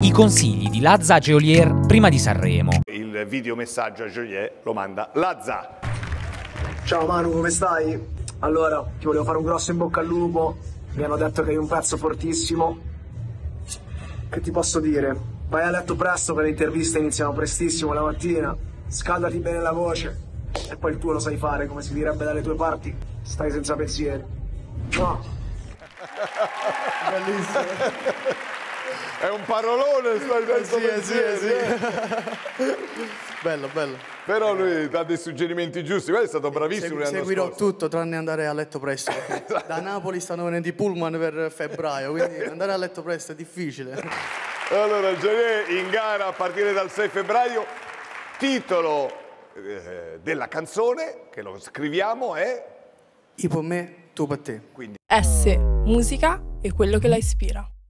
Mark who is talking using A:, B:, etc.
A: I consigli di Lazza a Geolier prima di Sanremo.
B: Il videomessaggio a Joliet lo manda Lazza.
C: Ciao Manu, come stai? Allora, ti volevo fare un grosso in bocca al lupo. Mi hanno detto che hai un pezzo fortissimo. Che ti posso dire? Vai a letto presto per le interviste, iniziamo prestissimo la mattina. Scaldati bene la voce. E poi il tuo lo sai fare, come si direbbe dalle tue parti. Stai senza pensieri. Ciao.
B: È un parolone, stai senza pensieri, eh.
D: bello, bello.
B: Però lui dà dei suggerimenti giusti. Guarda, è stato bravissimo
D: Segu-
B: l'anno
D: seguirò
B: scorso.
D: tutto tranne andare a letto presto. da Napoli stanno venendo i pullman per febbraio, quindi andare a letto presto è difficile.
B: Allora, Joliet in gara a partire dal 6 febbraio. Titolo eh, della canzone che lo scriviamo è
D: Io per me, tu per te.
E: S. Musica e quello che la ispira.